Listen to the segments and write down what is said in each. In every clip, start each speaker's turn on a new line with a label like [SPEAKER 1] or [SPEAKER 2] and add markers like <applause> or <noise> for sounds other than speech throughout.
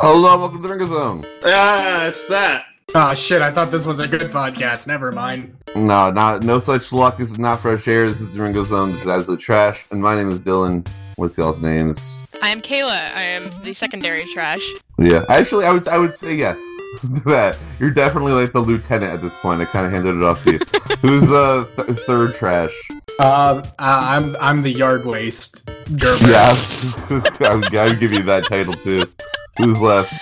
[SPEAKER 1] Hello, welcome to the Ringo Zone.
[SPEAKER 2] Ah, it's that.
[SPEAKER 3] Ah, shit, I thought this was a good podcast. Never mind.
[SPEAKER 1] No, not no such luck. This is not fresh air. This is the Ringo Zone. This is absolute trash. And my name is Dylan. What's y'all's names?
[SPEAKER 4] I am Kayla. I am the secondary trash.
[SPEAKER 1] Yeah, actually, I would I would say yes <laughs> to that. You're definitely like the lieutenant at this point. I kind of handed it off to you. Who's uh th- third trash?
[SPEAKER 3] Uh, I- I'm I'm the yard waste gerber.
[SPEAKER 1] Yeah, <laughs> I would, I would give you that title too. Who's left?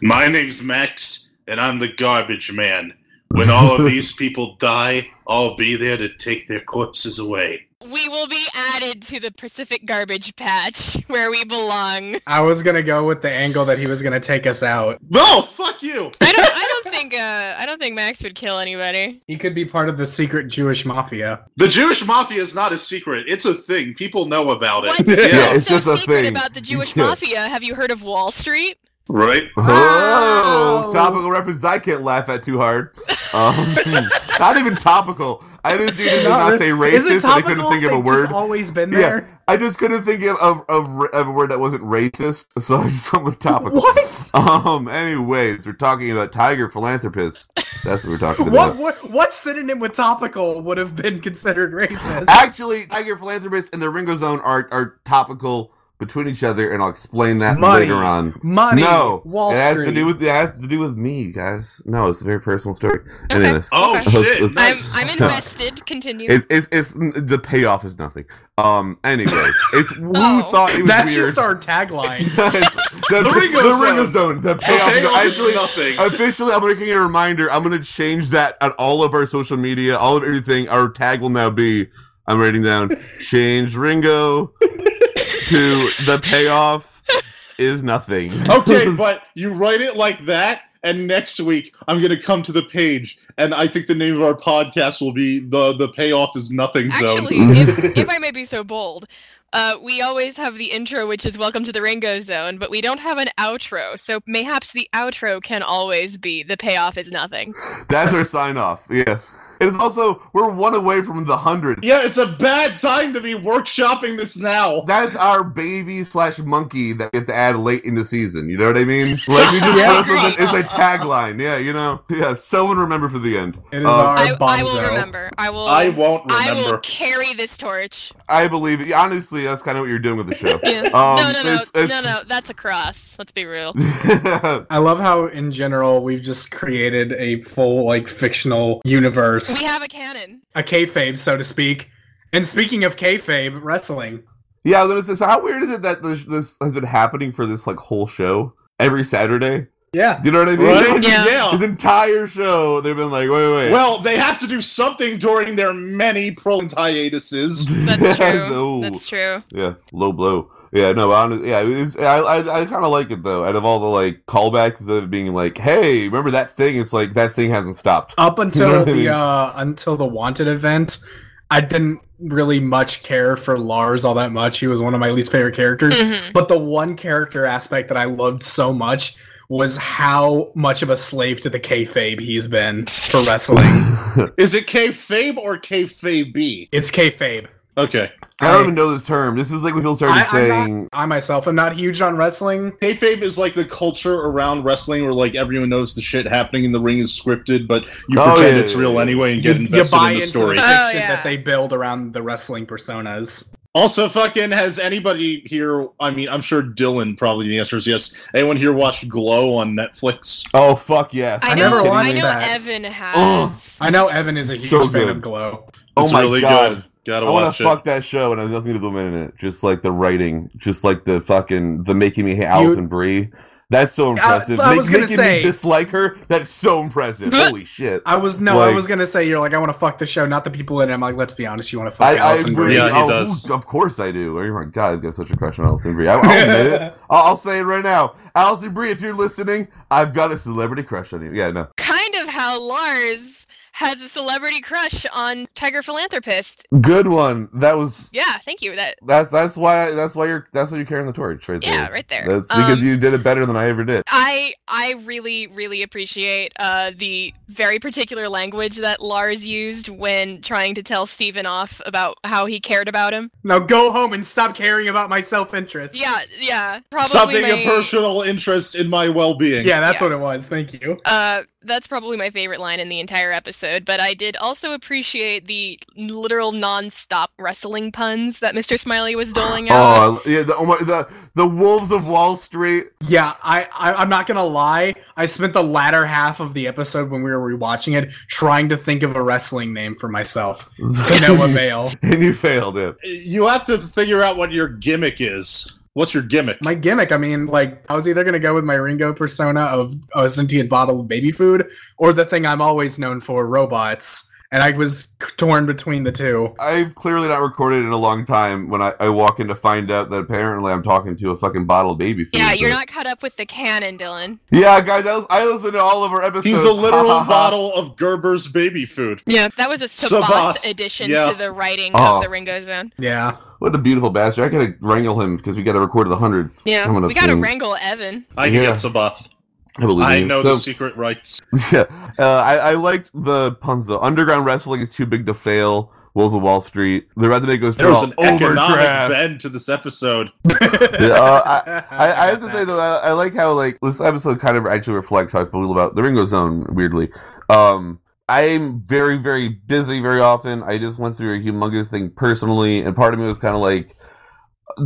[SPEAKER 2] My name's Max, and I'm the garbage man. When all of these people die, I'll be there to take their corpses away.
[SPEAKER 4] We will be added to the Pacific garbage patch <laughs> where we belong.
[SPEAKER 3] I was gonna go with the angle that he was gonna take us out.
[SPEAKER 2] No, fuck you!
[SPEAKER 4] <laughs> I don't. I don't think. Uh, I don't think Max would kill anybody.
[SPEAKER 3] He could be part of the secret Jewish mafia.
[SPEAKER 2] The Jewish mafia is not a secret. It's a thing. People know about it.
[SPEAKER 4] What's
[SPEAKER 2] <laughs>
[SPEAKER 1] Yeah,
[SPEAKER 4] what's
[SPEAKER 1] it's
[SPEAKER 4] so
[SPEAKER 1] just a
[SPEAKER 4] secret
[SPEAKER 1] thing.
[SPEAKER 4] about the Jewish
[SPEAKER 1] Yeah.
[SPEAKER 4] mafia? Have you heard of Wall Street?
[SPEAKER 2] Right?
[SPEAKER 1] Oh,
[SPEAKER 3] Wow.
[SPEAKER 1] topical reference I can't laugh at too hard. Um, <laughs> not even topical. I just needed to not say racist, and I couldn't think of a word.
[SPEAKER 3] always been
[SPEAKER 1] Yeah, I just couldn't think of of, of of a word that wasn't racist, <laughs> so I just went with topical.
[SPEAKER 3] What?
[SPEAKER 1] Um. Anyways, we're talking about tiger philanthropists. That's what we're talking about.
[SPEAKER 3] <laughs> What, what what synonym with topical would have been considered racist?
[SPEAKER 1] Actually, tiger philanthropists and the Ringo Zone are are topical between each other, and I'll explain that
[SPEAKER 3] Money.
[SPEAKER 1] later on.
[SPEAKER 3] Money.
[SPEAKER 1] no,
[SPEAKER 3] Wall
[SPEAKER 1] it has
[SPEAKER 3] Street.
[SPEAKER 1] to do with it has to do with me, guys. No, it's a very personal story.
[SPEAKER 4] Okay.
[SPEAKER 1] Anyways,
[SPEAKER 2] Oh,
[SPEAKER 4] Okay.
[SPEAKER 1] Let's- let's-
[SPEAKER 2] shit.
[SPEAKER 4] I'm.
[SPEAKER 1] <laughs>
[SPEAKER 2] nice.
[SPEAKER 4] I'm invested. Continue.
[SPEAKER 1] it's, it's it's the payoff is nothing. Um. Anyways, it's who
[SPEAKER 4] Oh.
[SPEAKER 1] thought it was
[SPEAKER 3] That's
[SPEAKER 1] weird.
[SPEAKER 3] just
[SPEAKER 1] <laughs>
[SPEAKER 3] our tagline.
[SPEAKER 1] It's- the, the Ringo
[SPEAKER 2] Ringo
[SPEAKER 1] Zone.
[SPEAKER 2] Zone.
[SPEAKER 1] The
[SPEAKER 2] Okay,
[SPEAKER 1] payoff.
[SPEAKER 2] well, it's
[SPEAKER 1] actually,
[SPEAKER 2] nothing.
[SPEAKER 1] officially, I'm making a reminder. I'm going to change that on all of our social media, all of everything. Our tag will now be. I'm writing down. Change Ringo to the payoff is nothing.
[SPEAKER 2] okay, but you write it like that, and next week I'm gonna come to the page, and I think the name of our podcast will be the the payoff is nothing zone.
[SPEAKER 4] Actually,
[SPEAKER 1] <laughs>
[SPEAKER 4] if, if I may be so bold, uh, we always have the intro, which is "Welcome to the Ringo Zone," but we don't have an outro. So mayhaps the outro can always be "The payoff is nothing."
[SPEAKER 1] That's our sign off. Yeah. It is also we're one away from the hundred.
[SPEAKER 2] yeah, it's a bad time to be workshopping this now.
[SPEAKER 1] That's our baby slash monkey that we have to add late in the season. You know what I mean? Like we just
[SPEAKER 3] Yeah.
[SPEAKER 1] yeah. it's a tagline. Yeah, you know. Yeah, someone remember for the end.
[SPEAKER 3] It is
[SPEAKER 1] Uh,
[SPEAKER 3] our
[SPEAKER 4] I,
[SPEAKER 3] bonzo.
[SPEAKER 4] I will remember. I will.
[SPEAKER 2] I won't
[SPEAKER 4] I
[SPEAKER 2] remember.
[SPEAKER 4] will carry this torch.
[SPEAKER 1] I believe it. Honestly, that's kind of what you're doing with the show.
[SPEAKER 4] <laughs> Yeah.
[SPEAKER 1] Um,
[SPEAKER 4] no, no, no,
[SPEAKER 1] it's- it's-
[SPEAKER 4] no, no. That's a cross. Let's be real.
[SPEAKER 3] I love how, in general, we've just created a full, like, fictional universe,
[SPEAKER 4] We have a
[SPEAKER 1] <laughs>
[SPEAKER 4] cannon.
[SPEAKER 3] a kayfabe, so to speak. And speaking of kayfabe, wrestling.
[SPEAKER 1] <laughs> yeah, I was gonna say. So how weird is it that this, this has been happening for this like whole show every Saturday?
[SPEAKER 3] Yeah.
[SPEAKER 1] Do you know what I mean?
[SPEAKER 2] Right?
[SPEAKER 4] Yeah.
[SPEAKER 1] This entire show, they've been like, wait, wait. <laughs>
[SPEAKER 2] Well, they have to do something during their many proletariatuses.
[SPEAKER 1] <laughs>
[SPEAKER 4] That's true.
[SPEAKER 1] No.
[SPEAKER 4] That's true.
[SPEAKER 1] Yeah, low blow. Yeah, no, honestly, yeah, it's, I, I, I kind of like it though. Out of all the like callbacks of being like, "Hey, remember that thing?" It's like that thing hasn't stopped. <laughs>
[SPEAKER 3] Up
[SPEAKER 1] know
[SPEAKER 3] until
[SPEAKER 1] what I mean?
[SPEAKER 3] the uh, until the wanted event, I didn't really much care for Lars all that much. He was one of my least favorite characters.
[SPEAKER 4] Mhm.
[SPEAKER 3] But the one character aspect that I loved so much was how much of a slave to the kayfabe he's been
[SPEAKER 1] <laughs>
[SPEAKER 3] for wrestling.
[SPEAKER 2] Is it kayfabe or kayfabe?
[SPEAKER 3] it's kayfabe.
[SPEAKER 2] Okay.
[SPEAKER 1] I don't even know this term. This is like when people started
[SPEAKER 3] I- I'm not-
[SPEAKER 1] saying,
[SPEAKER 3] I myself am not huge on wrestling.
[SPEAKER 2] Kayfabe is like the culture around wrestling where like everyone knows the shit happening in the ring is scripted, but you
[SPEAKER 1] Oh,
[SPEAKER 2] pretend
[SPEAKER 1] yeah,
[SPEAKER 2] it's
[SPEAKER 1] yeah,
[SPEAKER 2] real
[SPEAKER 1] yeah.
[SPEAKER 2] anyway and get
[SPEAKER 3] You- you
[SPEAKER 2] invested
[SPEAKER 3] buy
[SPEAKER 2] in the
[SPEAKER 3] into
[SPEAKER 2] story.
[SPEAKER 4] Oh,
[SPEAKER 3] fiction
[SPEAKER 4] yeah.
[SPEAKER 3] that they build around the wrestling personas.
[SPEAKER 2] Also, fucking has anybody here? I mean, I'm sure Dylan probably the answer is yes. Anyone here watched Glow on Netflix?
[SPEAKER 1] "Oh fuck yes."
[SPEAKER 4] I,
[SPEAKER 3] I
[SPEAKER 4] know.
[SPEAKER 3] never
[SPEAKER 4] I
[SPEAKER 3] watched
[SPEAKER 4] know
[SPEAKER 3] that.
[SPEAKER 4] Evan has.
[SPEAKER 3] I know Evan is a huge
[SPEAKER 1] So
[SPEAKER 3] fan
[SPEAKER 1] good.
[SPEAKER 3] of Glow.
[SPEAKER 1] oh
[SPEAKER 2] It's
[SPEAKER 1] my
[SPEAKER 2] really
[SPEAKER 1] god,
[SPEAKER 2] good. Gotta
[SPEAKER 1] I want
[SPEAKER 2] watch
[SPEAKER 1] to
[SPEAKER 2] it.
[SPEAKER 1] fuck that show and it has nothing to do with it. Just like the writing, just like the fucking the making me hate Allison Brie. That's so impressive.
[SPEAKER 3] Uh, I was gonna
[SPEAKER 1] making
[SPEAKER 3] say-
[SPEAKER 1] me dislike her. That's so
[SPEAKER 3] <laughs>
[SPEAKER 1] impressive. Holy shit.
[SPEAKER 3] I was no, I
[SPEAKER 1] Like-
[SPEAKER 3] was gonna say you're like I want to fuck the show, not the people in it. I'm like, let's be honest, you want to fuck
[SPEAKER 1] I, I
[SPEAKER 3] Allison
[SPEAKER 1] agree.
[SPEAKER 3] Brie.
[SPEAKER 2] Yeah, he
[SPEAKER 1] oh,
[SPEAKER 2] does.
[SPEAKER 1] who- Of course I do. Oh my god, I've got such a crush on Allison Brie. I, I'll admit
[SPEAKER 3] <laughs>
[SPEAKER 1] it. I'll, I'll say it right now. Allison Brie, if you're listening, I've got a celebrity crush on you. Yeah, no.
[SPEAKER 4] Kind of how Lars has a celebrity crush on Tiger Philanthropist.
[SPEAKER 1] Good one. That was
[SPEAKER 4] Yeah, thank you. That
[SPEAKER 1] that's that's why that's why you're that's why you're carrying the torch right there.
[SPEAKER 4] yeah, right there.
[SPEAKER 1] That's because
[SPEAKER 4] Um,
[SPEAKER 1] you did it better than I ever did.
[SPEAKER 4] I I really really appreciate uh, the very particular language that Lars used when trying to tell Steven off about how he cared about him.
[SPEAKER 3] Now go home and stop caring about my self interest.
[SPEAKER 4] Yeah, yeah, probably
[SPEAKER 2] Stop taking a
[SPEAKER 4] my-
[SPEAKER 2] personal interest in my well-being.
[SPEAKER 3] Yeah, that's
[SPEAKER 4] Yeah.
[SPEAKER 3] what it was. Thank you.
[SPEAKER 4] Uh, that's probably my favorite line in the entire episode, but I did also appreciate the literal non-stop wrestling puns that Mr. Smiley was doling out.
[SPEAKER 1] Oh I- yeah, the, oh my, the the wolves of Wall
[SPEAKER 2] <laughs>
[SPEAKER 1] Street.
[SPEAKER 3] Yeah, I, I I'm not gonna lie. I spent the latter half of the episode when we were rewatching it trying to think of a wrestling name for myself
[SPEAKER 1] <laughs>
[SPEAKER 3] to no avail.
[SPEAKER 1] and you failed it.
[SPEAKER 2] You have to figure out what your gimmick is. What's your gimmick?
[SPEAKER 3] My gimmick, I mean, like I was either gonna go with my Ringo persona of a sentient bottle of baby food or the thing I'm always known for, robots. And I was torn between the two.
[SPEAKER 1] I've clearly not recorded in a long time when I, I walk in to find out that apparently I'm talking to a fucking bottle of baby food.
[SPEAKER 4] yeah, you're not caught up with the canon, Dylan.
[SPEAKER 1] Yeah, guys, I, was, I listened to all of our episodes.
[SPEAKER 2] He's a
[SPEAKER 1] <laughs>
[SPEAKER 2] literal
[SPEAKER 1] Ha, ha, ha.
[SPEAKER 2] bottle of Gerber's baby food.
[SPEAKER 4] Yeah, that was a
[SPEAKER 2] Sabath,
[SPEAKER 4] Sabath, addition
[SPEAKER 2] yeah.
[SPEAKER 4] to the writing
[SPEAKER 1] Oh.
[SPEAKER 4] of the Ringo Zone.
[SPEAKER 3] Yeah.
[SPEAKER 1] What a beautiful bastard. I gotta wrangle him because we gotta record the hundredth.
[SPEAKER 4] Yeah,
[SPEAKER 1] coming up
[SPEAKER 4] we got to
[SPEAKER 1] soon.
[SPEAKER 4] wrangle Evan.
[SPEAKER 2] I can
[SPEAKER 1] Yeah.
[SPEAKER 2] get Sabath.
[SPEAKER 1] I believe
[SPEAKER 2] I
[SPEAKER 1] you.
[SPEAKER 2] know
[SPEAKER 1] So-
[SPEAKER 2] the secret rites.
[SPEAKER 1] <laughs> yeah, uh, I, I liked the puns though. Underground wrestling is too big to fail. Wolves of Wall Street. The resume goes through
[SPEAKER 2] There was
[SPEAKER 1] all
[SPEAKER 2] an economic
[SPEAKER 1] overdraft.
[SPEAKER 2] bend to this episode.
[SPEAKER 1] uh, I, I have to say though, I, I like how like this episode kind of actually reflects how I feel about the Ringo Zone. Weirdly, um, I'm very very busy very often. I just went through a humongous thing personally, and part of me was kind of like,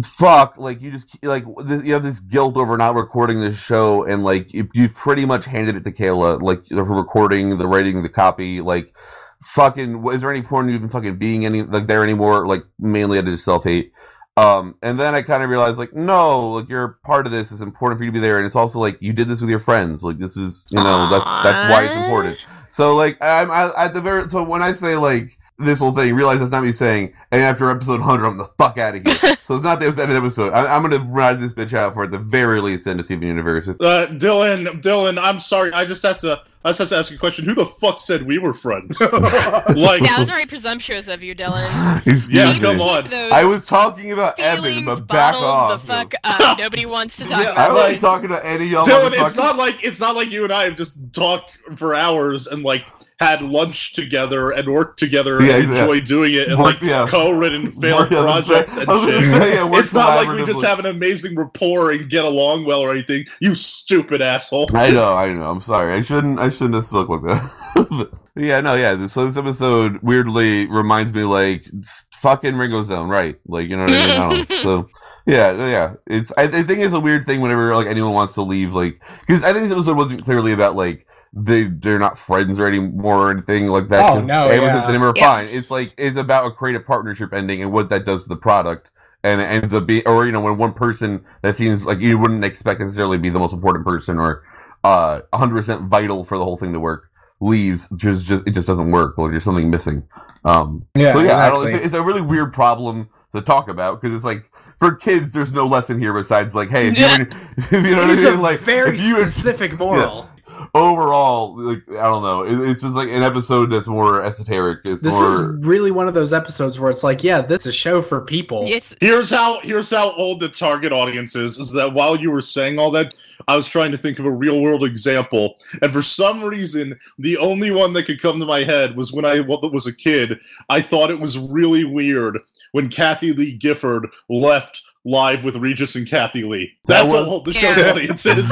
[SPEAKER 1] "Fuck!" Like you just like th- you have this guilt over not recording this show, and like you, you pretty much handed it to Kayla, like the recording, the writing, the copy, like. Fucking, is there any point in even fucking being any like there anymore? Like mainly out of self hate. Um, and then I kind of realized, like, no, like you're part of this. It's important for you to be there, and it's also like you did this with your friends. Like this is, you know, that's that's why it's
[SPEAKER 4] Aw.
[SPEAKER 1] important. So like, I'm I, at the very so when I say like this whole thing, realize that's not me saying. And after episode 100, I'm the fuck out of
[SPEAKER 4] <laughs>
[SPEAKER 1] here. so it's not the end of the episode. I, I'm gonna ride this bitch out for at the very least end of Steven Universe.
[SPEAKER 4] <laughs>
[SPEAKER 2] Uh, Dylan, Dylan, I'm sorry. I just have to. I just have to ask a question. Who the fuck said we
[SPEAKER 1] <laughs>
[SPEAKER 2] were friends? like,
[SPEAKER 4] Yeah, that was very presumptuous of you, Dylan.
[SPEAKER 1] Excuse
[SPEAKER 2] Yeah,
[SPEAKER 1] me.
[SPEAKER 2] come on.
[SPEAKER 4] those
[SPEAKER 1] I was talking about Evan,
[SPEAKER 4] feelings
[SPEAKER 1] but back
[SPEAKER 4] bottled
[SPEAKER 1] off.
[SPEAKER 4] the fuck
[SPEAKER 1] <laughs>
[SPEAKER 4] up. Nobody wants to talk
[SPEAKER 1] I
[SPEAKER 2] Yeah,
[SPEAKER 4] about
[SPEAKER 1] wasn't
[SPEAKER 2] Like-
[SPEAKER 1] talking to any of y'all.
[SPEAKER 2] Dylan, it's
[SPEAKER 1] motherfuckers.
[SPEAKER 2] not like it's not like you and I have just talked for hours and like had lunch together and worked together
[SPEAKER 1] Yeah,
[SPEAKER 2] and
[SPEAKER 1] yeah.
[SPEAKER 2] enjoy doing it and
[SPEAKER 1] Work-
[SPEAKER 2] <laughs> like
[SPEAKER 1] yeah.
[SPEAKER 2] co-written failed
[SPEAKER 1] Yeah, I was gonna
[SPEAKER 2] projects
[SPEAKER 1] say-
[SPEAKER 2] and
[SPEAKER 1] I was gonna
[SPEAKER 2] shit.
[SPEAKER 1] say, yeah, work
[SPEAKER 2] It's not like we
[SPEAKER 1] collaboratively.
[SPEAKER 2] just have an amazing rapport and get along well or anything. You stupid asshole.
[SPEAKER 1] I know, I know. I'm sorry. I shouldn't. I shouldn't have spoke like that. <laughs> yeah, no, yeah. So this episode weirdly reminds me like s- fucking Ringo Zone, right? Like you know what I mean? I don't know. So yeah, no, yeah. It's I, I think it's a weird thing whenever like anyone wants to leave, like because I think this episode wasn't clearly about like they they're not friends or anymore or anything like that.
[SPEAKER 3] Oh,
[SPEAKER 1] 'cause
[SPEAKER 3] no,
[SPEAKER 1] everyone
[SPEAKER 3] yeah.
[SPEAKER 1] thinks they never
[SPEAKER 4] Yeah.
[SPEAKER 1] fine. It's like it's about a creative partnership ending and what that does to the product and it ends up being, or you know, when one person that seems like you wouldn't expect necessarily be the most important person or uh 100% vital for the whole thing to work leaves, just just it just doesn't work, or there's something missing. Um,
[SPEAKER 3] <laughs> yeah,
[SPEAKER 1] so yeah, I don't,
[SPEAKER 3] exactly.
[SPEAKER 1] it's, a, it's a really weird problem to talk about because it's like for kids, there's no lesson here besides like, hey, if you, <laughs> if you know
[SPEAKER 3] It
[SPEAKER 1] what
[SPEAKER 3] is
[SPEAKER 1] I
[SPEAKER 3] a
[SPEAKER 1] mean, like
[SPEAKER 3] very
[SPEAKER 1] if you
[SPEAKER 3] specific moral.
[SPEAKER 1] overall, like I don't know, it, it's just like an episode that's more esoteric. It's
[SPEAKER 3] This
[SPEAKER 1] more
[SPEAKER 3] is really one of those episodes where it's like, yeah, this is a show for people.
[SPEAKER 4] it. It's
[SPEAKER 2] Here's how here's how old the target audience is is that while you were saying all that, I was trying to think of a real world example, and for some reason, the only one that could come to my head was when I was a kid. I thought it was really weird when Kathy Lee Gifford left live with Regis and Kathy Lee.
[SPEAKER 1] That
[SPEAKER 2] That's
[SPEAKER 1] one-
[SPEAKER 2] how old the show's
[SPEAKER 4] Yeah.
[SPEAKER 2] audience is.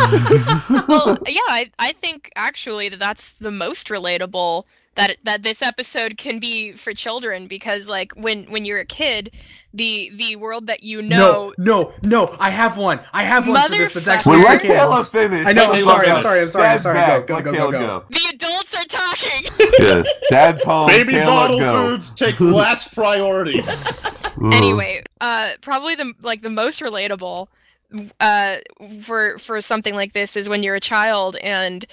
[SPEAKER 1] <laughs>
[SPEAKER 4] well, yeah. I, I think actually that that's the most relatable that that this episode can be for children because like when when you're a kid, the the world that you know.
[SPEAKER 3] no, no, no, I have one. I have one for this. It's
[SPEAKER 4] Motherfucker.
[SPEAKER 3] actually
[SPEAKER 1] We
[SPEAKER 4] We're
[SPEAKER 3] for
[SPEAKER 1] let
[SPEAKER 3] kids.
[SPEAKER 1] Kayla finish.
[SPEAKER 3] I know.
[SPEAKER 1] Let
[SPEAKER 3] I'm
[SPEAKER 1] Kayla
[SPEAKER 3] sorry. I'm
[SPEAKER 1] finish.
[SPEAKER 3] sorry. I'm sorry. I'm
[SPEAKER 1] Dad's
[SPEAKER 3] sorry.
[SPEAKER 1] back.
[SPEAKER 3] Go,
[SPEAKER 1] Let
[SPEAKER 3] go, go,
[SPEAKER 1] Kayla
[SPEAKER 3] go,
[SPEAKER 1] go.
[SPEAKER 3] go.
[SPEAKER 4] The adults are talking.
[SPEAKER 1] Yeah. Dad's home.
[SPEAKER 2] Baby
[SPEAKER 1] Kayla,
[SPEAKER 2] bottle
[SPEAKER 1] Oh, go.
[SPEAKER 2] foods take last priority.
[SPEAKER 1] Ugh.
[SPEAKER 4] anyway, uh, probably the like the most relatable uh, for for something like this is when you're a child and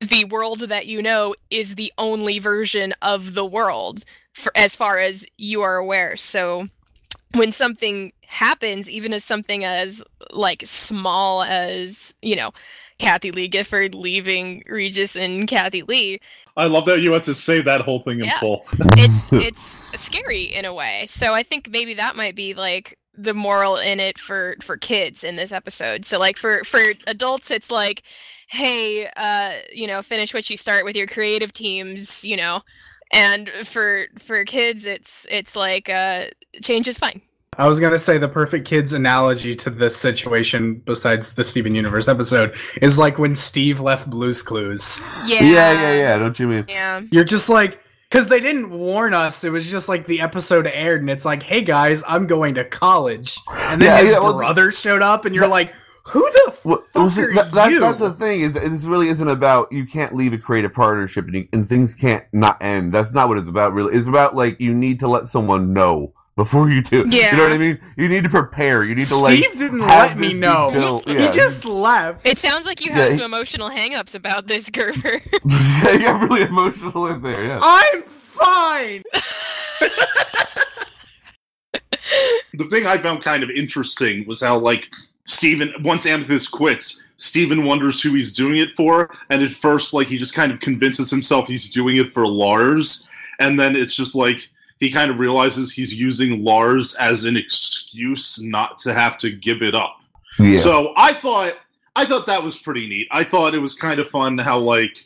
[SPEAKER 4] the world that you know is the only version of the world for, as far as you are aware. So when something happens, even as something as like small as you know Kathy Lee Gifford leaving Regis and Kathy Lee,
[SPEAKER 2] I love that you had to say that whole thing in
[SPEAKER 4] Yeah.
[SPEAKER 2] full.
[SPEAKER 1] <laughs>
[SPEAKER 4] it's it's scary in a way. So I think maybe that might be like the moral in it for for kids in this episode. So like for for adults it's like hey, uh you know, finish what you start with your creative teams, you know. And for for kids it's it's like uh change is fine.
[SPEAKER 3] I was gonna say the perfect kids analogy to this situation, besides the Steven Universe episode, is like when Steve left Blue's Clues.
[SPEAKER 4] Yeah.
[SPEAKER 1] yeah, yeah, yeah. Don't you mean?
[SPEAKER 4] Yeah.
[SPEAKER 3] You're just like, because they didn't warn us. It was just like the episode aired, and it's like, hey guys, I'm going to college, and then
[SPEAKER 1] Yeah,
[SPEAKER 3] his
[SPEAKER 1] yeah, well,
[SPEAKER 3] brother showed up, and you're
[SPEAKER 1] that-
[SPEAKER 3] like, who the fuck
[SPEAKER 1] Well, well, see,
[SPEAKER 3] are
[SPEAKER 1] that, that,
[SPEAKER 3] you?
[SPEAKER 1] that's the thing is this really isn't about you can't leave a creative partnership and, you, and things can't not end. That's not what it's about really. It's about like you need to let someone know before you do.
[SPEAKER 4] Yeah.
[SPEAKER 1] You know what I mean? You need to prepare. You need to like
[SPEAKER 3] Steve didn't
[SPEAKER 1] have
[SPEAKER 3] let
[SPEAKER 1] this
[SPEAKER 3] me
[SPEAKER 1] be
[SPEAKER 3] know.
[SPEAKER 1] built.
[SPEAKER 4] He
[SPEAKER 1] Yeah.
[SPEAKER 3] He just left.
[SPEAKER 4] It sounds like you
[SPEAKER 1] Yeah,
[SPEAKER 4] have
[SPEAKER 1] he-
[SPEAKER 4] some emotional hangups about this, Gerber.
[SPEAKER 1] <laughs> yeah, you got really emotional in there. Yeah.
[SPEAKER 3] I'm fine.
[SPEAKER 2] The thing I found kind of interesting was how, like, Steven, once Amethyst quits, Steven wonders who he's doing it for. And at first, like, he just kind of convinces himself he's doing it for Lars. And then it's just like he kind of realizes he's using Lars as an excuse not to have to give it up.
[SPEAKER 1] Yeah.
[SPEAKER 2] So I thought I thought that was pretty neat. I thought it was kind of fun how like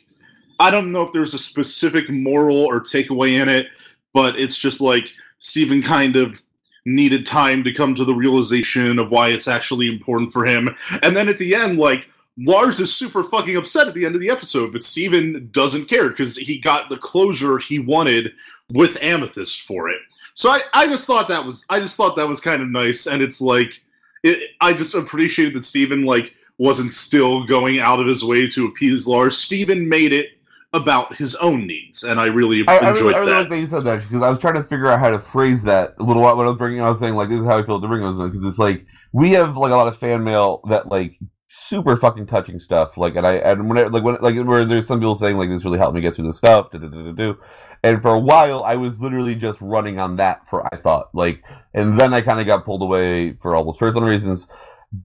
[SPEAKER 2] I don't know if there's a specific moral or takeaway in it, but it's just like Steven kind of needed time to come to the realization of why it's actually important for him. And then at the end, like Lars is super fucking upset at the end of the episode, but Steven doesn't care because he got the closure he wanted with Amethyst for it. So I, I just thought that was I just thought that was kind of nice and it's like it, I just appreciated that Steven like wasn't still going out of his way to appease Lars. Steven made it about his own needs, and I really
[SPEAKER 1] I, I really,
[SPEAKER 2] enjoyed
[SPEAKER 1] I really
[SPEAKER 2] that.
[SPEAKER 1] like that you said that because I was trying to figure out how to phrase that a little while when I was bringing. I was saying like this is how I feel to bring those because it's like we have like a lot of fan mail that like super fucking touching stuff like and I and when I, like when like where there's some people saying like this really helped me get through this stuff da, da, da, da, da. and for a while I was literally just running on that for I thought like and then I kind of got pulled away for all those personal reasons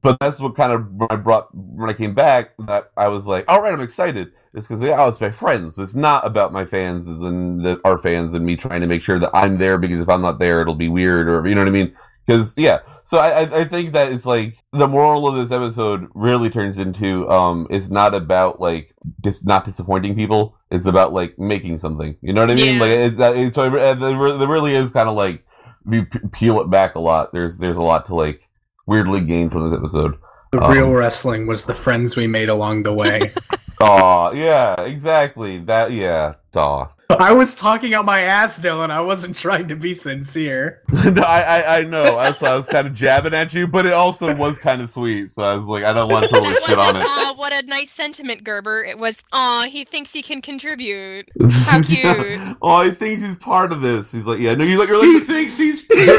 [SPEAKER 1] but that's what kind of when I brought when I came back that I was like, all right, I'm excited. It's because oh, it's my friends. It's not about my fans and the, our fans and me trying to make sure that I'm there because if I'm not there, it'll be weird or you know what I mean. Because yeah, so I I I think that it's like the moral of this episode really turns into um it's not about like just not disappointing people. It's about like making something. You know what I mean?
[SPEAKER 4] Yeah.
[SPEAKER 1] Like it's that it's, so it, it, it really is kind of like you p- peel it back a lot. There's there's a lot to like weirdly gained from this episode.
[SPEAKER 3] The
[SPEAKER 1] <laughs> Um,
[SPEAKER 3] real wrestling was the friends we made along the way.
[SPEAKER 1] <laughs> Aw, yeah, exactly. That yeah, daw.
[SPEAKER 3] I was talking out my ass, Dylan. I wasn't trying to be sincere.
[SPEAKER 1] <laughs> no, I, I I know. I was, I was kind of jabbing at you, but it also was kind of sweet. So I was like, I don't
[SPEAKER 4] <laughs>
[SPEAKER 1] want to totally
[SPEAKER 4] That
[SPEAKER 1] shit Oh, on
[SPEAKER 4] wasn't, aw, what a nice sentiment, Gerber. It was, aw, he thinks he can contribute.
[SPEAKER 1] it.
[SPEAKER 4] How cute.
[SPEAKER 1] <laughs> oh, he thinks he's part of this. He's like, yeah, no, he's like, you're
[SPEAKER 2] He
[SPEAKER 1] like. <laughs>
[SPEAKER 2] thinks he's
[SPEAKER 1] Ger-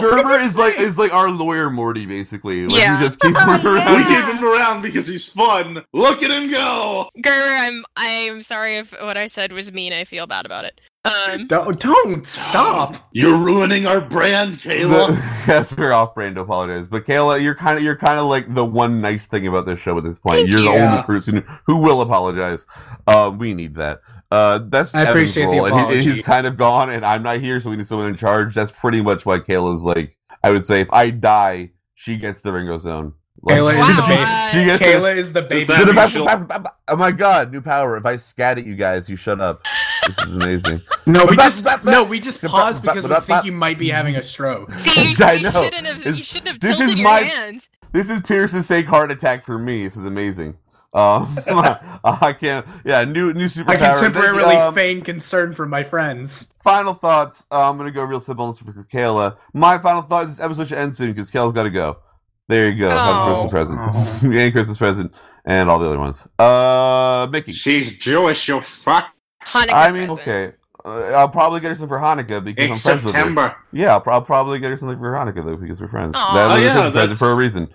[SPEAKER 4] <laughs>
[SPEAKER 1] Ger- Gerber is like is like our lawyer Morty basically. Like
[SPEAKER 4] Yeah.
[SPEAKER 1] you just keep him
[SPEAKER 4] <laughs> Yeah.
[SPEAKER 1] <laughs>
[SPEAKER 2] We
[SPEAKER 1] around.
[SPEAKER 2] keep him around because he's fun. Look at him go.
[SPEAKER 4] Gerber, I'm I'm sorry if what I said was mean. I feel bad about it. Um,
[SPEAKER 3] Don't, don't stop.
[SPEAKER 2] You're ruining our brand, Kayla.
[SPEAKER 1] <laughs> That's very off-brand to apologize, but Kayla, you're kind of you're kind of like the one nice thing about this show at this point.
[SPEAKER 4] Thank
[SPEAKER 1] you're the
[SPEAKER 3] you.
[SPEAKER 1] only person who will apologize. Uh, we need that. Uh, that's
[SPEAKER 3] I
[SPEAKER 1] Evan's
[SPEAKER 3] appreciate the
[SPEAKER 1] role, and he- and he's
[SPEAKER 3] apology.
[SPEAKER 1] kind of gone, and I'm not here, so we need someone in charge. That's pretty much why Kayla's like. I would say if I die, she gets the Ringo Zone. Like,
[SPEAKER 3] Kayla
[SPEAKER 4] is
[SPEAKER 1] she-
[SPEAKER 4] the baby.
[SPEAKER 1] She gets this-
[SPEAKER 3] Kayla is the baby.
[SPEAKER 2] that-
[SPEAKER 1] Did it-
[SPEAKER 2] she'll-
[SPEAKER 1] Oh my god, new power! If I scat at you guys, you shut up. This is amazing.
[SPEAKER 3] No, we just no, we just
[SPEAKER 1] Ba- ba-
[SPEAKER 3] paused because we
[SPEAKER 1] ba- ba-
[SPEAKER 3] think you might be having a stroke.
[SPEAKER 4] Uh, see, you,
[SPEAKER 1] <laughs> I
[SPEAKER 4] you
[SPEAKER 1] know.
[SPEAKER 4] shouldn't have you
[SPEAKER 1] It's-
[SPEAKER 4] shouldn't have
[SPEAKER 1] this is
[SPEAKER 4] tilted your
[SPEAKER 1] my-
[SPEAKER 4] hands.
[SPEAKER 1] This is Pierce's fake heart attack for me. This is amazing. Um, <laughs> I can't. Yeah, new new superpower.
[SPEAKER 3] I can temporarily
[SPEAKER 1] Um,
[SPEAKER 3] feign concern for my friends.
[SPEAKER 1] final thoughts. Uh, I'm gonna go real simple on this for Kayla. My final thought is this episode should end soon because Kayla's got to go. There you go. Have
[SPEAKER 4] Oh.
[SPEAKER 1] a Christmas present <laughs> and Christmas present and all the other ones. Uh, Mickey.
[SPEAKER 2] She's Jewish, you fuck.
[SPEAKER 4] Hanukkah
[SPEAKER 1] I mean,
[SPEAKER 4] present.
[SPEAKER 1] okay. Uh, I'll probably get her some for Hanukkah because I'm friends with her. Yeah, I'll, pro- I'll probably get her something for Hanukkah though because we're friends.
[SPEAKER 4] Aw.
[SPEAKER 1] That
[SPEAKER 4] Oh,
[SPEAKER 1] was a
[SPEAKER 2] yeah,
[SPEAKER 1] Christmas present
[SPEAKER 2] that's-
[SPEAKER 1] for a reason.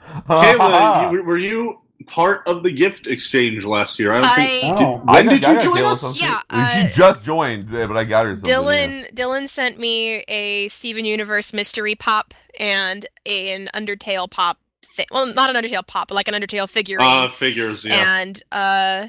[SPEAKER 2] Kayla, you- were you part of the gift exchange last year. I don't think.
[SPEAKER 4] I
[SPEAKER 5] Oh.
[SPEAKER 2] When
[SPEAKER 1] I
[SPEAKER 2] did
[SPEAKER 1] got-
[SPEAKER 2] you
[SPEAKER 1] I got
[SPEAKER 2] join
[SPEAKER 1] Dylan
[SPEAKER 2] us?
[SPEAKER 1] something.
[SPEAKER 4] Yeah,
[SPEAKER 1] she
[SPEAKER 4] uh,
[SPEAKER 1] just joined, yeah, but I got her something. yeah.
[SPEAKER 4] Dylan Dylan sent me a Steven Universe mystery pop and an Undertale pop. Thi- well, not an Undertale pop, but like an Undertale figurine.
[SPEAKER 2] Uh, figures, yeah.
[SPEAKER 4] and uh,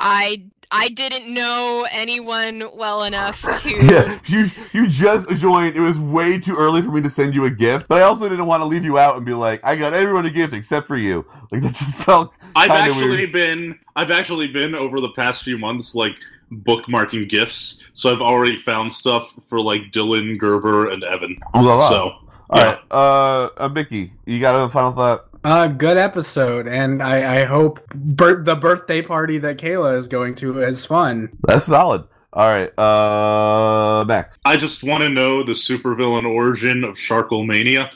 [SPEAKER 4] I I didn't know anyone well enough
[SPEAKER 1] <laughs>
[SPEAKER 4] to.
[SPEAKER 1] <laughs> Yeah, you you just joined. It was way too early for me to send you a gift, but I also didn't want to leave you out and be like, I got everyone a gift except for you. <laughs> Like that just felt
[SPEAKER 2] I've
[SPEAKER 1] kinda
[SPEAKER 2] actually
[SPEAKER 1] weird.
[SPEAKER 2] been, I've actually been over the past few months like bookmarking gifts, so I've already found stuff for like Dylan Gerber and Evan. So
[SPEAKER 1] all right, uh, uh, Mickey, you got a final thought?
[SPEAKER 3] Uh, good episode, and I, I hope bir- the birthday party that Kayla is going to is fun.
[SPEAKER 1] That's solid. All right, uh, Max.
[SPEAKER 2] I just want to know the supervillain origin of Sharklemania.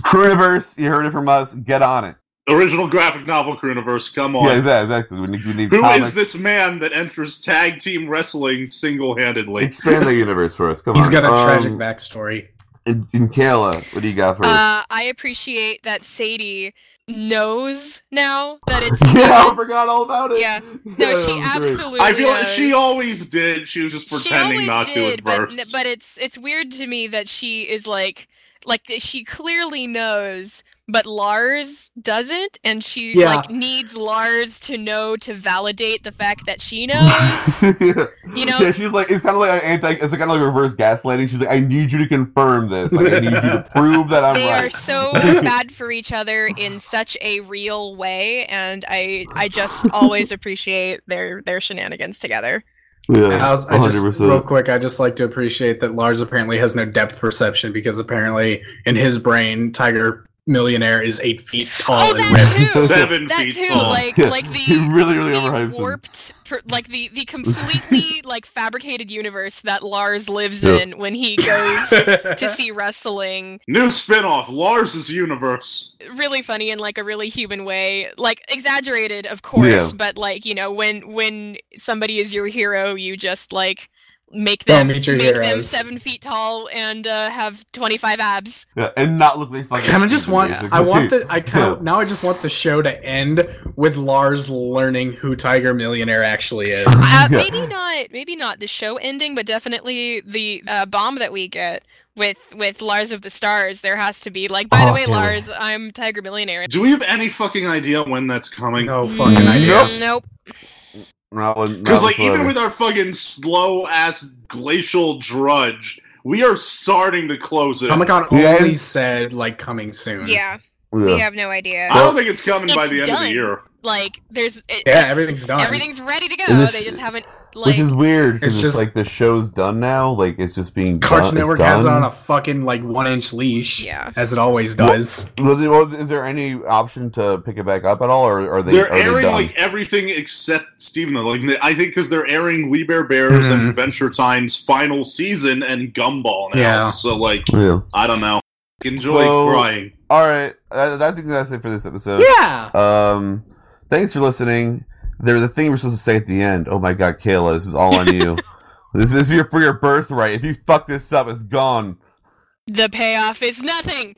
[SPEAKER 1] Cruniverse, you heard it from us. Get on it.
[SPEAKER 2] Original graphic novel Crooniverse, come on.
[SPEAKER 1] Yeah, exactly. exactly. We need, we need
[SPEAKER 2] Who is
[SPEAKER 1] comics.
[SPEAKER 2] this man that enters tag team wrestling single handedly?
[SPEAKER 1] Expand the universe for us. Come
[SPEAKER 3] He's
[SPEAKER 1] on.
[SPEAKER 3] got a
[SPEAKER 1] Um,
[SPEAKER 3] tragic backstory.
[SPEAKER 1] In, in Kayla, what do you got for us?
[SPEAKER 4] Uh, I appreciate that Sadie knows now that it's <laughs>
[SPEAKER 1] yeah, I
[SPEAKER 4] Steven.
[SPEAKER 1] forgot all about it. <laughs>
[SPEAKER 4] Yeah. No,
[SPEAKER 1] Yeah,
[SPEAKER 4] she
[SPEAKER 1] great. <laughs>
[SPEAKER 4] absolutely.
[SPEAKER 2] I feel like she
[SPEAKER 4] knows.
[SPEAKER 2] always did. She was just pretending
[SPEAKER 4] she always
[SPEAKER 2] not
[SPEAKER 4] did,
[SPEAKER 2] to at
[SPEAKER 4] but,
[SPEAKER 2] first.
[SPEAKER 4] but it's it's weird to me that she is like like that she clearly knows but Lars doesn't and she
[SPEAKER 3] Yeah.
[SPEAKER 4] like needs Lars to know to validate the fact that
[SPEAKER 1] <laughs>
[SPEAKER 4] she knows. You know-
[SPEAKER 1] yeah, she's like it's kind of like an anti. It's kind of like reverse gaslighting. She's like, I need you to confirm this. Like, I need you
[SPEAKER 4] <laughs>
[SPEAKER 1] to prove that I'm
[SPEAKER 4] they are
[SPEAKER 1] right.
[SPEAKER 4] so bad for each other in such a real way and I I just always appreciate their their shenanigans together.
[SPEAKER 3] I, was, I just
[SPEAKER 1] 100%.
[SPEAKER 3] real quick, I just like to appreciate that Lars apparently has no depth perception because apparently in his brain, Tiger Millionaire is eight feet tall
[SPEAKER 4] Oh,
[SPEAKER 3] and
[SPEAKER 4] that
[SPEAKER 1] <laughs>
[SPEAKER 3] ripped.
[SPEAKER 4] too.
[SPEAKER 2] Seven
[SPEAKER 4] That
[SPEAKER 2] feet
[SPEAKER 4] too
[SPEAKER 2] tall.
[SPEAKER 1] <laughs>
[SPEAKER 4] like
[SPEAKER 1] Yeah,
[SPEAKER 4] like
[SPEAKER 1] <laughs> he
[SPEAKER 4] the
[SPEAKER 1] really, really
[SPEAKER 4] the
[SPEAKER 1] overhyped him.
[SPEAKER 4] warped, per, like the the completely
[SPEAKER 1] <laughs>
[SPEAKER 4] like fabricated universe that Lars lives
[SPEAKER 1] Yeah.
[SPEAKER 4] in when
[SPEAKER 3] <laughs>
[SPEAKER 4] he goes to see wrestling.
[SPEAKER 2] New spinoff, Lars's universe.
[SPEAKER 4] Really funny in like a really human way, like exaggerated, of course,
[SPEAKER 1] Yeah.
[SPEAKER 4] but like you know when when somebody is your hero, you just like make
[SPEAKER 3] Don't
[SPEAKER 4] them
[SPEAKER 3] meet your
[SPEAKER 4] make them
[SPEAKER 3] heroes.
[SPEAKER 4] seven feet tall and uh, have twenty five abs.
[SPEAKER 1] Yeah, and not look like
[SPEAKER 3] I
[SPEAKER 1] fucking.
[SPEAKER 3] kind of just
[SPEAKER 1] Steven,
[SPEAKER 3] want.
[SPEAKER 1] basically.
[SPEAKER 3] I want the. I kind of now. I just want the show to end with Lars learning who Tiger Millionaire
[SPEAKER 1] <laughs>
[SPEAKER 3] actually is.
[SPEAKER 4] Uh,
[SPEAKER 1] Yeah.
[SPEAKER 4] Maybe not, maybe not the show ending, but definitely the uh, bomb that we get with with Lars of the Stars. There has to be like, by the
[SPEAKER 1] Oh,
[SPEAKER 4] way,
[SPEAKER 1] yeah.
[SPEAKER 4] Lars, I'm Tiger Millionaire.
[SPEAKER 2] Do we have any fucking idea when that's coming?
[SPEAKER 3] No fucking idea.
[SPEAKER 4] Mm, Nope.
[SPEAKER 1] <laughs> Not one-
[SPEAKER 2] Because
[SPEAKER 1] not
[SPEAKER 2] like even
[SPEAKER 1] whatsoever.
[SPEAKER 2] with our fucking slow ass glacial drudge, we are starting to close it.
[SPEAKER 3] Comic Con
[SPEAKER 1] Yeah,
[SPEAKER 3] only
[SPEAKER 1] and-
[SPEAKER 3] said like coming soon.
[SPEAKER 4] Yeah,
[SPEAKER 1] Yeah.
[SPEAKER 4] we have no idea.
[SPEAKER 3] Uh,
[SPEAKER 2] I don't think it's coming by
[SPEAKER 4] It's
[SPEAKER 2] the end of
[SPEAKER 4] done.
[SPEAKER 2] the year.
[SPEAKER 4] Like, there's it,
[SPEAKER 3] Yeah, everything's done.
[SPEAKER 4] everything's ready to go.
[SPEAKER 1] And this-
[SPEAKER 4] they just haven't like.
[SPEAKER 1] Which is weird because
[SPEAKER 3] It's
[SPEAKER 1] it's,
[SPEAKER 3] just-
[SPEAKER 1] like the show's done now. Like it's just being
[SPEAKER 3] Cartoon
[SPEAKER 1] done,
[SPEAKER 3] Network
[SPEAKER 1] it's
[SPEAKER 3] has it
[SPEAKER 1] done.
[SPEAKER 3] on a fucking like one inch leash,
[SPEAKER 4] yeah.
[SPEAKER 3] as it always
[SPEAKER 1] Well-
[SPEAKER 3] does.
[SPEAKER 1] Well, the- well, is there any option to pick it back up at all, or are they?
[SPEAKER 2] They're
[SPEAKER 1] are they
[SPEAKER 2] airing
[SPEAKER 1] done?
[SPEAKER 2] like everything except Steven. Like I think because they're airing Lee Bear Bears and
[SPEAKER 3] Mhm.
[SPEAKER 2] Adventure Time's final season and Gumball now.
[SPEAKER 3] Yeah.
[SPEAKER 2] So like
[SPEAKER 1] yeah.
[SPEAKER 2] I don't know. Enjoy
[SPEAKER 1] So-
[SPEAKER 2] crying.
[SPEAKER 1] All right, I, I think that's it for this episode.
[SPEAKER 3] Yeah.
[SPEAKER 1] Um, thanks for listening. There was a thing we're supposed to say at the end. Oh my God, Kayla, this is all on you. this is your for your birthright. If you fuck this up, it's gone.
[SPEAKER 4] The payoff is nothing.